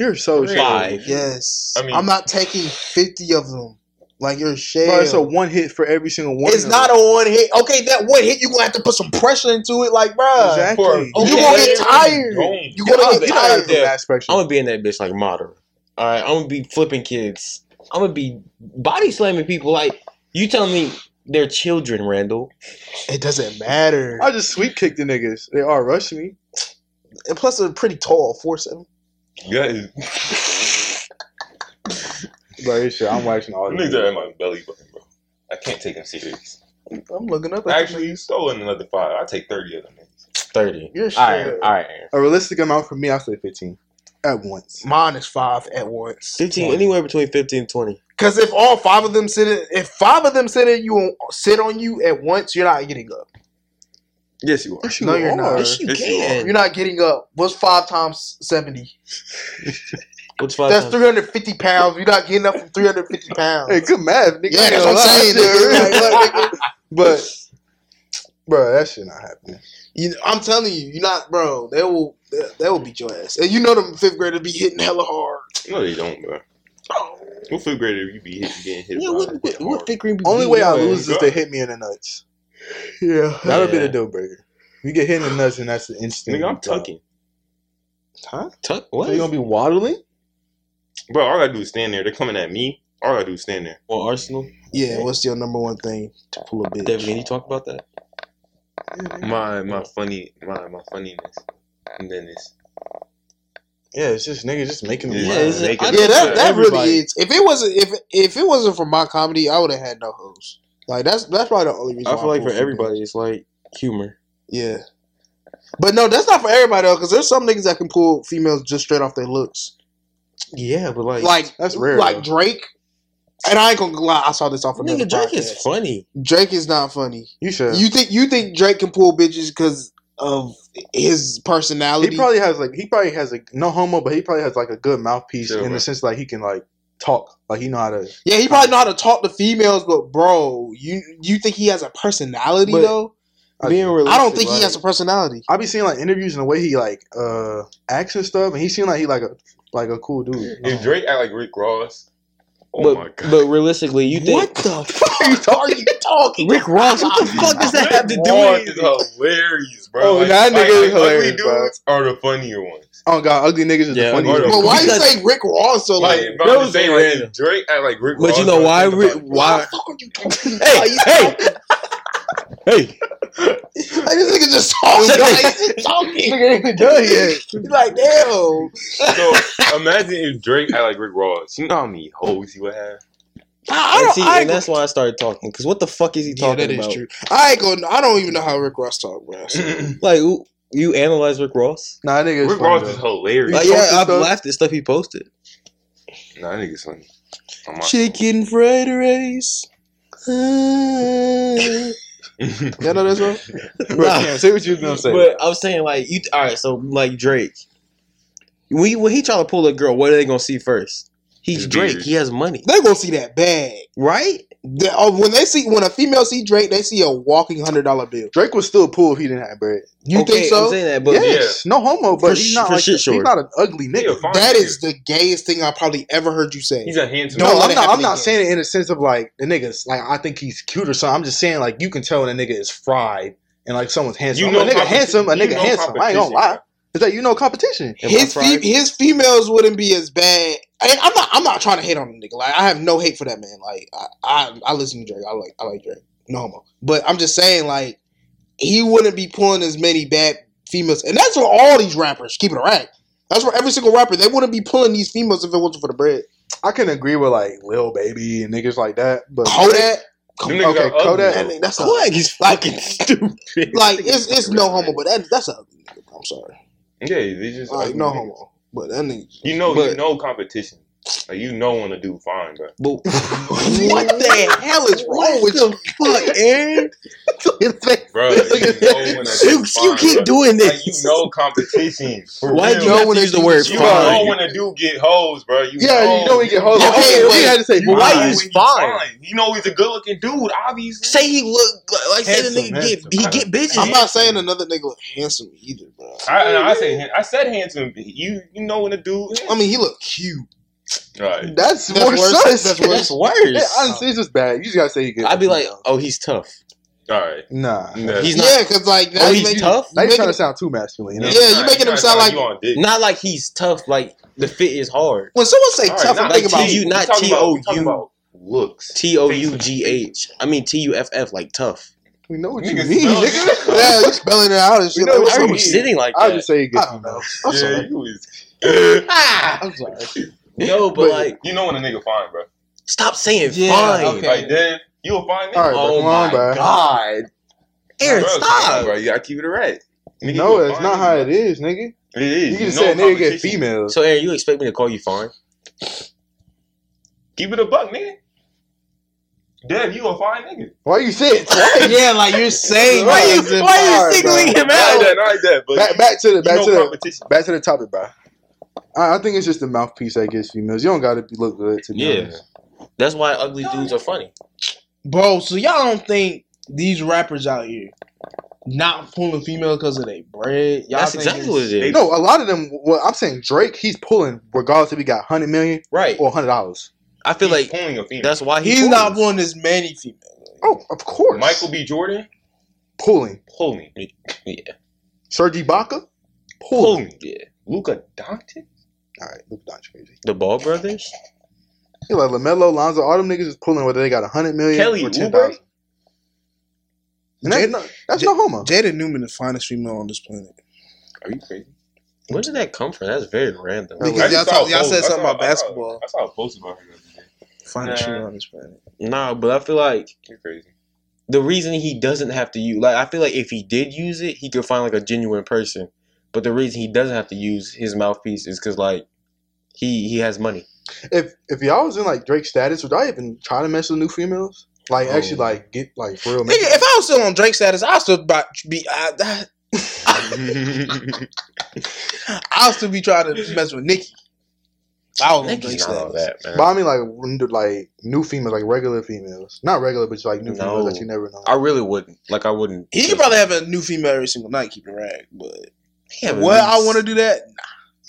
You're so Real. shit. Five. Yes, I I mean- am not taking fifty of them. Like you're shit. Bro, it's a one hit for every single one. It's of not them. a one hit. Okay, that one hit, you're gonna have to put some pressure into it, like, bruh. exactly. For- You You Okay. gonna Where get you tired. going? You gonna I'm get gotta out have tired. the there. mass spectrum. I'm gonna be in that bitch like modern. All right, I'm gonna be flipping kids. I'm gonna be body slamming people. Like you tell me they're children, Randall. It doesn't matter. I just sweep kick the niggas. They all rush me. And plus, they're pretty tall, four seven. Guys, Bro, this shit, I'm watching all them these. niggas are in my belly button, bro. I can't take them serious. I'm looking up. At Actually, you stole in another five. I take thirty of them niggas. Thirty. You're All right, sure. all right. A realistic amount for me, I say 15. at once. Mine is five at once. Fifteen, anywhere between fifteen and twenty. Because if all five of them sit, in, if five of them sit in you sit on you at once, you're not getting up. Yes, you are. No, you're not. Yes, you Yes, you can. You're not getting up. What's five times seventy? What's five That's times? 350 pounds. You're not getting up from 350 pounds. Hey, good math, nigga. Yeah, that's Ain't gonna what I'm lie. saying, dude. Shit, <laughs> like, like, nigga. But, bro, that shit not happening. You, I'm telling you, you're not, bro. They will, they, they will beat your ass. And you know them fifth graders be hitting hella hard. No, they don't, bro. What fifth grader you be hit, getting hit Yeah, by? what, what, Hit what hard. figure you be Only beating way I your lose ass? is to hit me in the nuts. Yeah. That'll be Yeah. the deal breaker. You get hit in the nuts, and that's the instant. Nigga, I'm tucking. Huh? Tuck, So you what? gonna be waddling? Bro, all I gotta do is stand there. They're coming at me. All I gotta do is stand there. Well, Arsenal. Yeah, what's your number one thing to pull a bitch? Devin, can you talk about that? Mm-hmm. My my funny my my funniness. And then it's Yeah, it's just nigga just making them Yeah, laugh. it's- I- Yeah, that, that Everybody. really is. If it wasn't if if it wasn't for my comedy, I would have had no hoes. Like that's that's probably the only reason. I why feel like pulled for everybody, it's like humor. Yeah. But no, that's not for everybody though, because there's some niggas that can pull females just straight off their looks. Yeah, but like, Like That's rare, Like though. Drake. And I ain't gonna lie, I saw this off another nigga, Drake is podcast. funny. Drake is not funny. You should. You think you think Drake can pull bitches because of his personality? he probably has like he probably has a no homo, but he probably has like a good mouthpiece Sure, in bro. the sense like he can like talk, like he know how to. yeah, he probably know how to talk to females, but bro, you you think he has a personality But- though? I, Being realistic, I don't think like, he has a personality. I be seeing like interviews and the way he like uh acts and stuff, and he seemed like he like a like a cool dude. if Drake act like Rick Ross. Oh but, my god. but realistically, you think what the <laughs> fuck are you talking? <laughs> Rick Ross? What the fuck does <laughs> that have to do with Rick it? Ross is hilarious, bro. Oh, that nigga is hilarious, ugly bro. dudes are the funnier ones. Oh god, ugly niggas is Yeah, the funniest. ugly- But people. why you Because- say Rick Ross so Like, like? if I those was saying, are man, random. Drake act like Rick Ross. But you know bro, why? think Rick, about it. Why the why? fuck are you talking? Hey, about? hey, hey! Like, this nigga just <laughs> talking. Like, he's just talking. Nigga ain't done yet. He's like, damn. So imagine if Drake act like Rick Ross. You know how many hoes he would have. I, I And, don't. see, I and ain't that's why <laughs> I started talking. Cause what the fuck is he Yeah, talking that is about? true. I ain't going. I don't even know how Rick Ross talk, bro. Rick Like, who- you analyze Rick Ross? Nah, that nigga is funny, Ross though. is hilarious. Like, posted yeah, I've stuff? laughed at stuff he <laughs> posted. nah, that nigga's funny. I'm not- <laughs> Chicken fried rice. <laughs> Uh, Yeah, no, that's right. Nah. But Cam, say what you was gonna say. But I'm saying like you. All right, so like Drake, when he, when he try to pull a girl, what are they gonna see first? He's His Drake. beard. He has money, they gonna see that bag. right? They- oh, when they see when a female see Drake, they see a walking hundred dollar bill. Drake was still cool if he didn't have bread. You Okay, think I'm so? saying that, but Yes, no homo, For but sh- he's not for like shit, he's sure. not an ugly He a nigga. fine That dude. is the gayest thing I probably ever heard you say. He's a handsome. Don't No, let I'm it not. happen I'm not again. saying it in the sense of like the niggas. Like I think he's cute or something. I'm just saying like you can tell when a nigga is fried and like someone's handsome. You You know a nigga competi- handsome. A you nigga know handsome. I ain't gonna lie. competition. Is that you know competition? Am his I fried? fe- his females wouldn't be as bad. And I'm not I'm not trying to hate on the nigga. Like I have no hate for that man. Like I I, I listen to Drake. I like I like Drake. No homo. But I'm just saying like he wouldn't be pulling as many bad females. And that's for all these rappers. Keep it right. That's for every single rapper. They wouldn't be pulling these females if it wasn't for the bread. I can agree with like Lil Baby and niggas like that, but <laughs> Kodak. Them niggas Okay, are ugly, Kodak- though. That nigga, that's not, Like <laughs> he's fucking stupid. like it's it's no homo, but that that's a ugly nigga. I'm sorry. <laughs> Yeah, they just Like ugly no niggas. homo. But that nigga You know, you But- know competition. Like you know when to do fine, bro. But <laughs> What the hell is wrong with you? <laughs> fuck, Aaron? Bro, you know when to do You, fine. you keep bro. doing Like this. you know competition. For Why real. do you have to use the word You fine? know when to do get hoes, bro. You yeah, know. you know he get hold. Yeah, Like, okay, okay, we had to say You why know fine. use when he fine? You know he's a good looking dude, obviously. Say he look like- like say the Handsome, nigga get he get handsome. bitches. I'm not saying another nigga look handsome either, bro. I, I, I say hand- I said handsome. You you know when a dude. I mean, he look cute. Right. That's, That's more worse. sus. That's <laughs> worse. That's Yeah, <laughs> worse. honestly, it's just bad. You just gotta say he good. I'd be like, oh, he's tough. All right. nah. Yeah. He's not. yeah, because like now Oh, you he's make, tough. Now you you making, trying to sound too masculine. Yeah, You know? you making him sound like- you on dick. Not like he's tough. Like the fit is hard. when someone say All right, tough, not I'm thinking like about T-U- we not talking about- we T-O-U. talking about Looks. T o u g h. I mean T u f f. Like tough. We know what you Niggas mean, smell nigga. it. <laughs> yeah, you spelling it out and You shit. know Like, what I what's I up remember mean, with you? sitting like I'll that. just say he good. I don't know. I'm Yeah, sorry. you is. Ah! I'm sorry. No, but, But- like, You know when a nigga fine, bro. stop saying Yeah, fine. okay. Like then you'll find me. All right, Oh bro, come on, my bro. god, Aaron, bro, stop. bro. You gotta keep it a rat. Nigga, No, you a that's fine not nigga. how it is, nigga. It is. You can just No say a nigga get competition. females. So Aaron, you expect me to call you fine? Keep it a buck, nigga. Damn, you a fine nigga. Why you say it? twice? yeah, like you're saying. Why that you- as if- why you All right, singling bro. him Not like that, not like that. But back, back to the you back know to the competition. back to the topic, bro. I, I think it's just the mouthpiece that gets females. You don't gotta be look good to be Yeah. honest. That's why ugly dudes are funny. Bro, so y'all don't think these rappers out here not pulling female because of their bread? Y'all That's think exactly it's- what it is. No, a lot of them. Well, I'm saying Drake, he's pulling regardless if he got hundred million Right. or hundred dollars. I feel like He's pulling a female. that's why he He's pulls. not pulling as many females. Oh, of course. Michael B. Jordan pulling. pulling, Yeah. Serge Ibaka pulling. pulling. Yeah. Luka Doncic, All right, Luka Doncic crazy. The Ball brothers. He like Lamelo, Lonzo, all them niggas is pulling whether they got hundred million Kelly or ten Oubre. thousand. And that's no, that's no homo. Jada Newman, the finest female on this planet. Are you crazy? Where did that come from? That's very random. Nigga, I just y'all saw a talk- y'all post. said I saw- something about I saw- basketball. I saw a post about him the other day. Finest Nah. female on this planet. Nah, but I feel like You're crazy. the reason he doesn't have to use like I feel like if he did use it, he could find like a genuine person. But the reason he doesn't have to use his mouthpiece is because like he he has money. If if y'all was in like Drake's status, would y'all even try to mess with new females? Like Oh. actually, like get like real. Nigga, if I was still on Drake status, I'd still about be I, <laughs> I'll still be trying to mess with Nikki. I was on Drake Nicki's not all status. that, man. But I mean, like n- like new females, like regular females, not regular, but just like new No. females that you never know. I really wouldn't. Like I wouldn't. He could probably have a new female every single night, keep it right. But He have at well, I least- want to do that.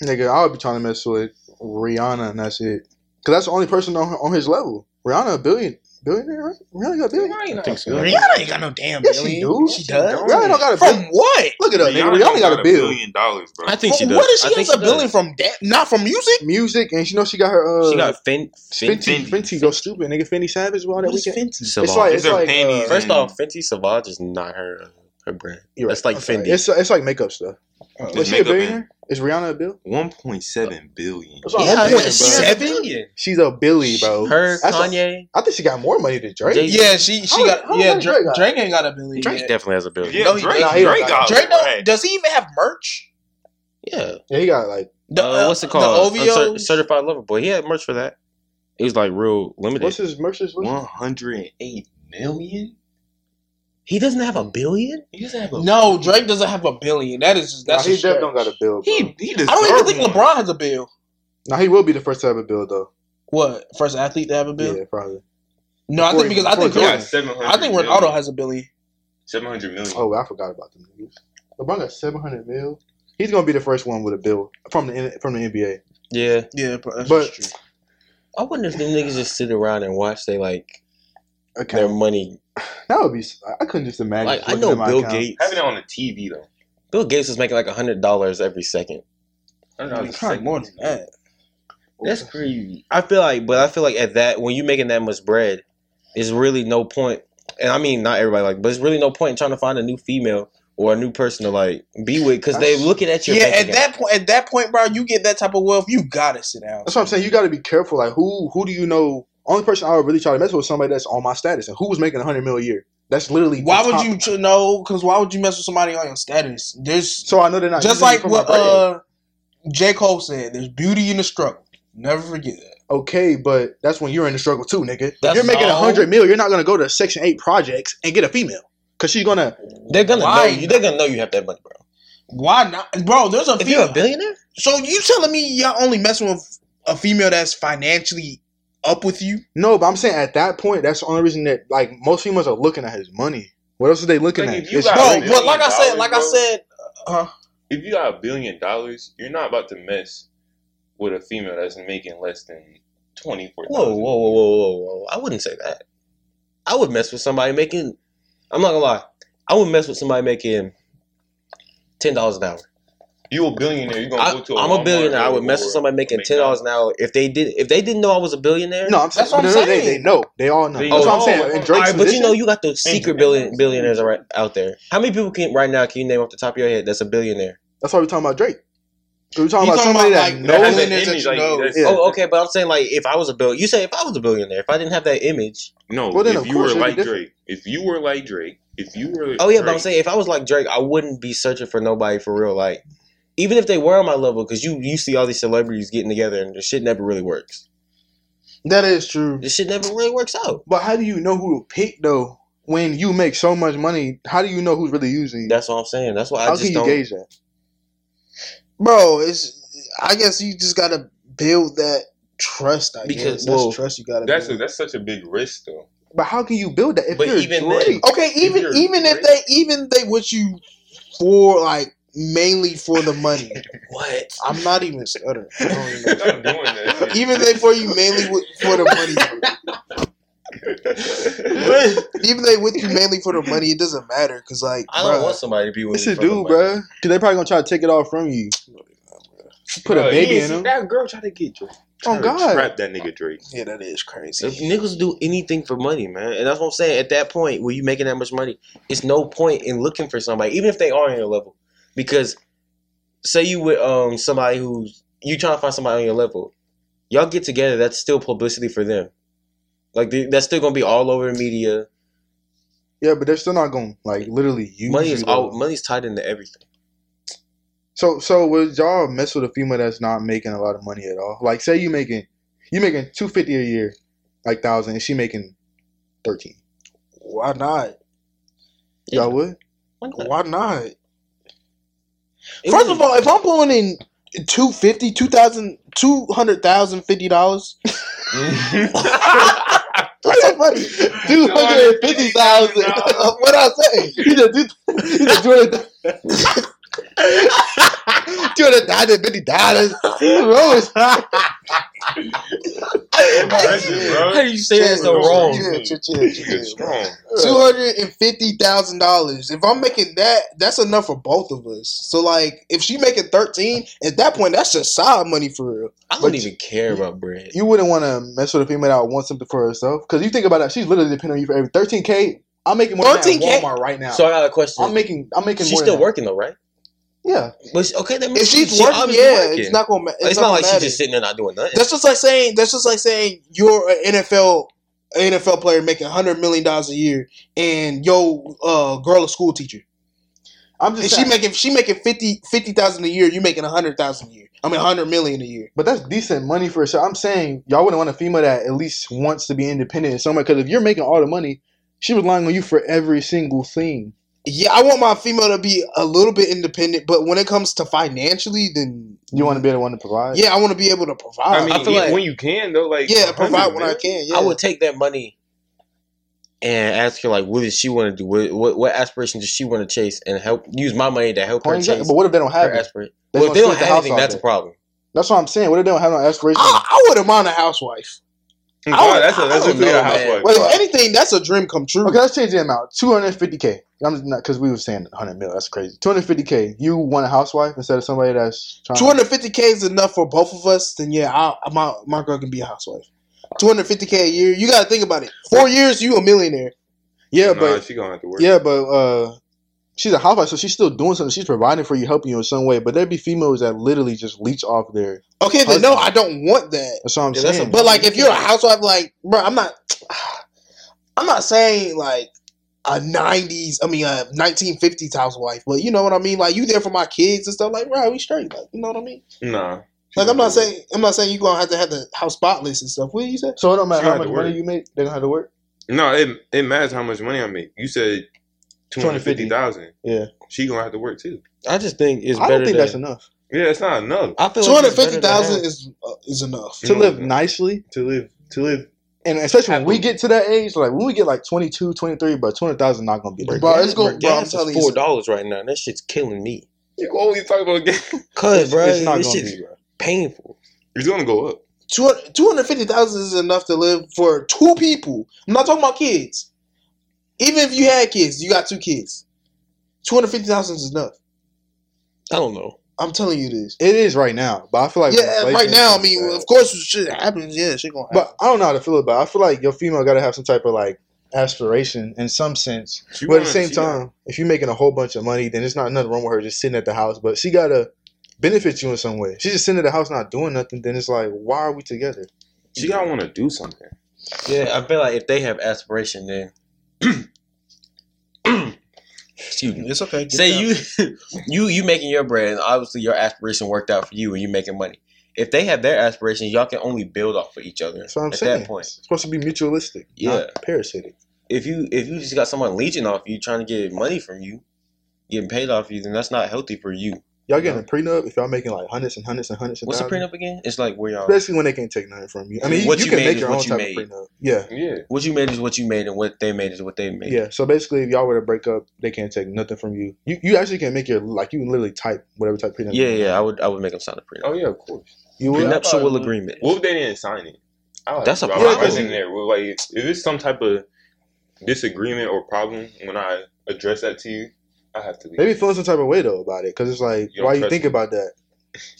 Nigga, I would be trying to mess with Rihanna, and that's it. Cause that's the only person on on his level. Rihanna, a billion billionaire, right? Rihanna got a billion. I think so. Rihanna ain't got no damn Yes, she billion. do. She does. Rihanna don't got a From billion. what? Look it up, nigga. Rihanna got a bill. billion dollars, bro. I think she From does. What is she I think has a billion from? Da- not from music. Music, and she know she got her. Uh, She got fin. fin- Fenty. Fenty, go stupid, nigga. Fenty Savage, all that What is weekend. Fenty? Savage. It's like it's These are like panties. uh, First off, Fenty Savage is not her uh, her brand. you're That's like I'm sorry. Fendi. It's it's like makeup stuff. Just Was she a make up billionaire? Is Rihanna a bill? One point seven billion. That's what I'm Yeah, saying, bro. yeah, she- She's a Billy, bro. Her That's a- Kanye. I think she got more money than Drake. Jay- Yeah, she she How- got how yeah. much Drake, Drake got? Drake ain't got a billion. Drake yet. definitely has a billion. Yeah, No, he- Drake. nah, he Drake don't got got Drake Drake. don't, Right. does he even have merch? Yeah. Yeah, he got like The, uh, what's it called? The Uncer- OVO. Certified Lover Boy. He had merch for that. It was like real limited. what's his merch's what's One hundred eight million. he doesn't have a billion. He doesn't have a no, Drake doesn't have a billion. That is just Nah, that's. he a stretch. definitely don't got a bill. Bro. He he deserves I don't even think one. LeBron has a bill. Now he will be the first to have a bill though. What first athlete to have a bill? Yeah, probably. No, I Before think he- because I before think he Jordan- got got seven hundred. I think Ronaldo has a billion. seven hundred million. Oh, I forgot about them niggas. LeBron got seven hundred mil. He's gonna be the first one with a bill from the N- from the NBA. Yeah. Yeah, bro, that's But- true. I wonder if them niggas just sit around and watch they like Okay, their money. that would be. s- I couldn't just imagine. Like I looking know at my Bill account. Gates. Having it on the TV though. Bill Gates was making like hundred dollars every second. I don't know, I mean, it's probably like- more than that. That's crazy. I feel like, but I feel like at that when you're making that much bread, it's really no point. And I mean, not everybody like, but it's really no point in trying to find a new female or a new person to like be with because they That's- looking at your Yeah, bank at account. that point, at that point, bro, you get that type of wealth, you gotta sit down. That's what I'm saying. You got to be careful. Like who who do you know? Only person I would really try to mess with is somebody that's on my status and who was making hundred mil a year. That's literally. Why the would top- you tr- know? Because why would you mess with somebody on your status? There's So I know they're not just using me like for my what brand. uh, J Cole said. There's beauty in the struggle. Never forget that. okay, but that's when you're in the struggle too, nigga. That's you're making a all. hundred mil. You're not gonna go to Section Eight projects and get a female because she's gonna. They're gonna Why? know you. They're gonna know you have that money, bro. Why not, bro? There's a If you're female. a billionaire, so you telling me y'all only messing with a female that's financially up with you? No, but I'm saying at that point, that's the only reason that like most females are looking at his money. What else are they looking Like, at? if you It's- got- Bro, really? but like I said, Dollars, like I bro? said, uh, If you got a billion dollars, you're not about to mess with a female that's making less than twenty four whoa, whoa, thousand. whoa, whoa, whoa, whoa! I wouldn't say that. I would mess with somebody making. I'm not gonna lie. I would mess with somebody making ten dollars an hour. You a billionaire? You gonna I, go to? A I'm Walmart a billionaire. I would or- mess with somebody making ten dollars McDonald's. an hour if they did. If they didn't know I was a billionaire, no, I'm saying, That's what I'm but no, They, they saying. know. They all know. They that's what know. I'm saying. In All Drake's right, but you position- know you got those secret Japan. billion, billionaires right out there. How many people can right now can you name off the top of your head that's a billionaire? that's why we're taling about Drake. 'Cause We're talking You about talking somebody about, that like, That has knows. an Billionaires that image, you like, know. that's- Yeah. Oh, okay, but I'm saying like if I was a bill, you say if I was a billionaire, if I didn't have that image, No, Well, then, if of you course, were it'd be like different. Drake, if you were like Drake, if you were Oh yeah, but I'm Drake, saying if I was like Drake, I wouldn't be searching for nobody for real. Like, even if they were on my level, because you you see all these celebrities getting together and the shit never really works. That is true. This shit never really works out. But how do you know who to pick though? When you make so much money, how do you know who's really using you? That's what I'm saying. That's why I How just can don't. you gauge that? Bro, it's I guess you just gotta build that trust, I Because, guess. well, that's trust you gotta that's a, build. that's such a big risk though. but how can you build that if But you're even Drake? then- okay, even you're even if Drake- they even they with you for like mainly for the money. What? <laughs> I'm not even stuttering. I don't even <laughs> know. You're not doing that. shit. Even they for you mainly with, for the money. <laughs> Even they with you mainly for the money, it doesn't matter because like I don't bruh, want somebody to be with It's me. a for the dude, money. bro. Cause they probably gonna try to take it all from you. Put Bro, a you baby didn't in see him. That girl tried to get Drake. Oh, Tried to God. trap that nigga <laughs> Drake. yeah, that is crazy. If niggas do anything for money, man, and that's what I'm saying. At that point, where you making that much money, it's no point in looking for somebody, even if they are on your level, because say you with um somebody who's you trying to find somebody on your level, y'all get together. That's still publicity for them. Like they, that's still gonna be all over the media. Yeah, but they're still not going to like literally use Money is you, all though. money's tied into everything. So so would y'all mess with a female that's not making a lot of money at all? Like say you making you making two fifty a year, like thousand, and she making thirteen. Why not? Y'all would? Why not? It First was- of all, if I'm pulling in 250, 2000, 200,000, <laughs> dollars, that's so funny. Two hundred and fifty thousand. Uh, What I say? He just did. He just two <laughs> hundred. Two hundred thousand fifty dollars. Rose. Impressive, bro. how do you say that so Yeah, wrong? Yeah, chill, chill, Nigga chill, strong. Two hundred and fifty thousand dollars. If I'm making that, that's enough for both of us. So like, if she making thirteen, at that point, that's just side money for real. I don't even care about bread. You wouldn't want to mess with a female that wants something for herself, because you think about that. She's literally depending on you for every thirteen k. I'm making more than that 13K? at Walmart right now. So I got a question. I'm making I'm making. she's more than still that. working though, right? Yeah, But she- okay, that means If she's she working, obviously yeah, working. it's not gonna. ma- It's, It's, not, like matter. she's just sitting there not doing nothing. That's just like saying that's just like saying you're an NFL an NFL player making hundred million dollars a year, and yo, uh, girl a school teacher, I'm and just. she Saying, making she making fifty fifty thousand a year. You making a hundred thousand a year. I mean, hundred million a year. but that's decent money for herself. I'm saying y'all wouldn't want a female that at least wants to be independent in some way. Because if you're making all the money, she relying on you for every single thing. Yeah, I want my female to be a little bit independent, but when it comes to financially, then You want to be the one to provide. yeah, I want to be able to provide. I mean, I feel you- like- when you can though, like yeah, 100, provide when I man. can. Yeah, I would take that money and ask her like, what does she want to do? What what, what aspiration does she want to chase? And help use my money to help her Well, exactly, chase But what if they don't have her it? aspiration. They Well, if gonna they don't split the have house anything, all that's day. a problem. That's what I'm saying. What if they don't have no aspirations? Ah! I, I wouldn't mind a housewife. God, that's a, that's don't literally know, a man. housewife. Well, if anything, that's a dream come true. Okay, let's change the amount. Two hundred fifty k. I'm just not because we were saying hundred mil. That's crazy. Two hundred fifty k. You want a housewife instead of somebody that's trying. Two hundred fifty k is enough for both of us. Then yeah, I, my my girl can be a housewife. Two hundred fifty k a year. You got to think about it. Four years, you a millionaire. Yeah, nah, but she gonna have to work. yeah, but uh, she's a housewife, so she's still doing something. She's providing for you, helping you in some way. But there'd be females that literally just leech off there. Okay, then no, I don't want that. That's what I'm Yeah, that's saying. a- But like, if you're a housewife, like, bro, I'm not. <sighs> I'm not saying like a nineties. I mean, a nineteen fifties housewife. But you know what I mean. Like, you there for my kids and stuff. Like, bro, we straight. Like, you know what I mean. Nah, She Like, gonna I'm not have to work. saying. I'm not saying you gonna have to have the house spotless and stuff. What did you say? so it don't She matter gonna how have much to money work. you make. They're gonna have to work. No, it it matters how much money I make. You said two hundred 250. fifty thousand. Yeah. she gonna have to work too. I just think it's I better. don't think to, that's enough Yeah, it's not enough I feel Two like hundred it's better to fifty thousand have- is uh, is enough. to No, live no. nicely, to live to live. and especially when we Happily. get to that age, like when we get like 22, 23, but two hundred thousand not gonna be there. Bro, gas- it's gonna- bro, bro, I'm gas telling is you four something. dollars right now. That shit's killing me. You always talk about gas. Cause bro, it's not this gonna shit's be. Bro. painful. <laughs> It's gonna go up. 250,000 is enough to live for two people. I'm not talking about kids. Even if you had kids, you got two kids. 250,000 is enough. I don't know. I'm telling you this. It is right now, but I feel like with yeah, right inflation, now, I it's mean, bad. of course, shit happens. Yeah, shit gonna happen. But I don't know how to feel about. It. I feel like your female got to have some type of like aspiration in some sense. She but at wanna- the same she- time, if you're making a whole bunch of money, then it's not nothing wrong with her just sitting at the house. But she gotta benefit you in some way. She's just sitting at the house not doing nothing. Then it's like, why are we together? she gotta want to do something. <clears throat> Yeah, I feel like if they have aspiration, then student. It's okay. Get it Say out. you <laughs> you you making your bread, and obviously your aspiration worked out for you, and you making money. If they have their aspirations, y'all can only build off of each other. That's what I'm at saying. that point, It's supposed to be mutualistic, yeah, Yeah. parasitic. if you if you just got someone leeching off you, trying to get money from you, getting paid off you, then that's not healthy for you. Y'all getting a prenup if y'all making like hundreds and hundreds and hundreds. Of What's a thousands? prenup again? It's like where y'all Basically, when they can't take nothing from you. I mean, What you, you can made make is your what own you type made. of prenup. Yeah, Yeah. what you made is what you made, and what they made is what they made. yeah. So basically, if y'all were to break up, they can't take nothing from you. You you actually can make your like you can literally type whatever type prenup. yeah, you want. yeah. I would I would make them sign a prenup. Oh yeah, of course. You would. Prenuptial agreement. What if they didn't sign it? I'll That's a I'll problem. write in there. Well, Like, if there's some type of disagreement or problem when I address that to you, I have to leave. Maybe feeling some type of way though about it, because it's like, You don't why you trust think me. about that?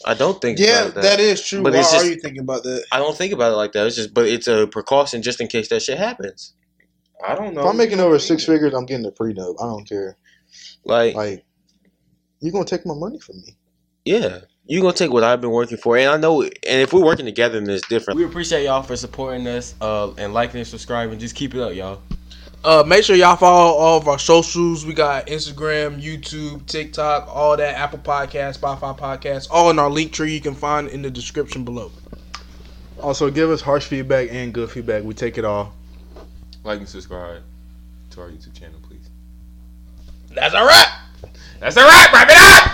I don't think. Yeah, about that. that is true. But Why it's are just- you thinking about that? I don't think about it like that. It's just, but it's a precaution just in case that shit happens. I don't know. If I'm making over six figures, I'm getting a prenup. I don't care. Like, Like, you gonna take my money from me? yeah, you gonna take what I've been working for, and I know, and if we're working together, then it's different. We appreciate y'all for supporting us, uh, and liking and subscribing. Just keep it up, y'all. Uh, make sure y'all follow all of our socials. We got Instagram, YouTube, TikTok, all that, Apple Podcast, Spotify Podcast, all in our link tree you can find in the description below. Also, give us harsh feedback and good feedback. We take it all. like and subscribe to our YouTube channel, please. That's a wrap! That's a wrap. Wrap it up.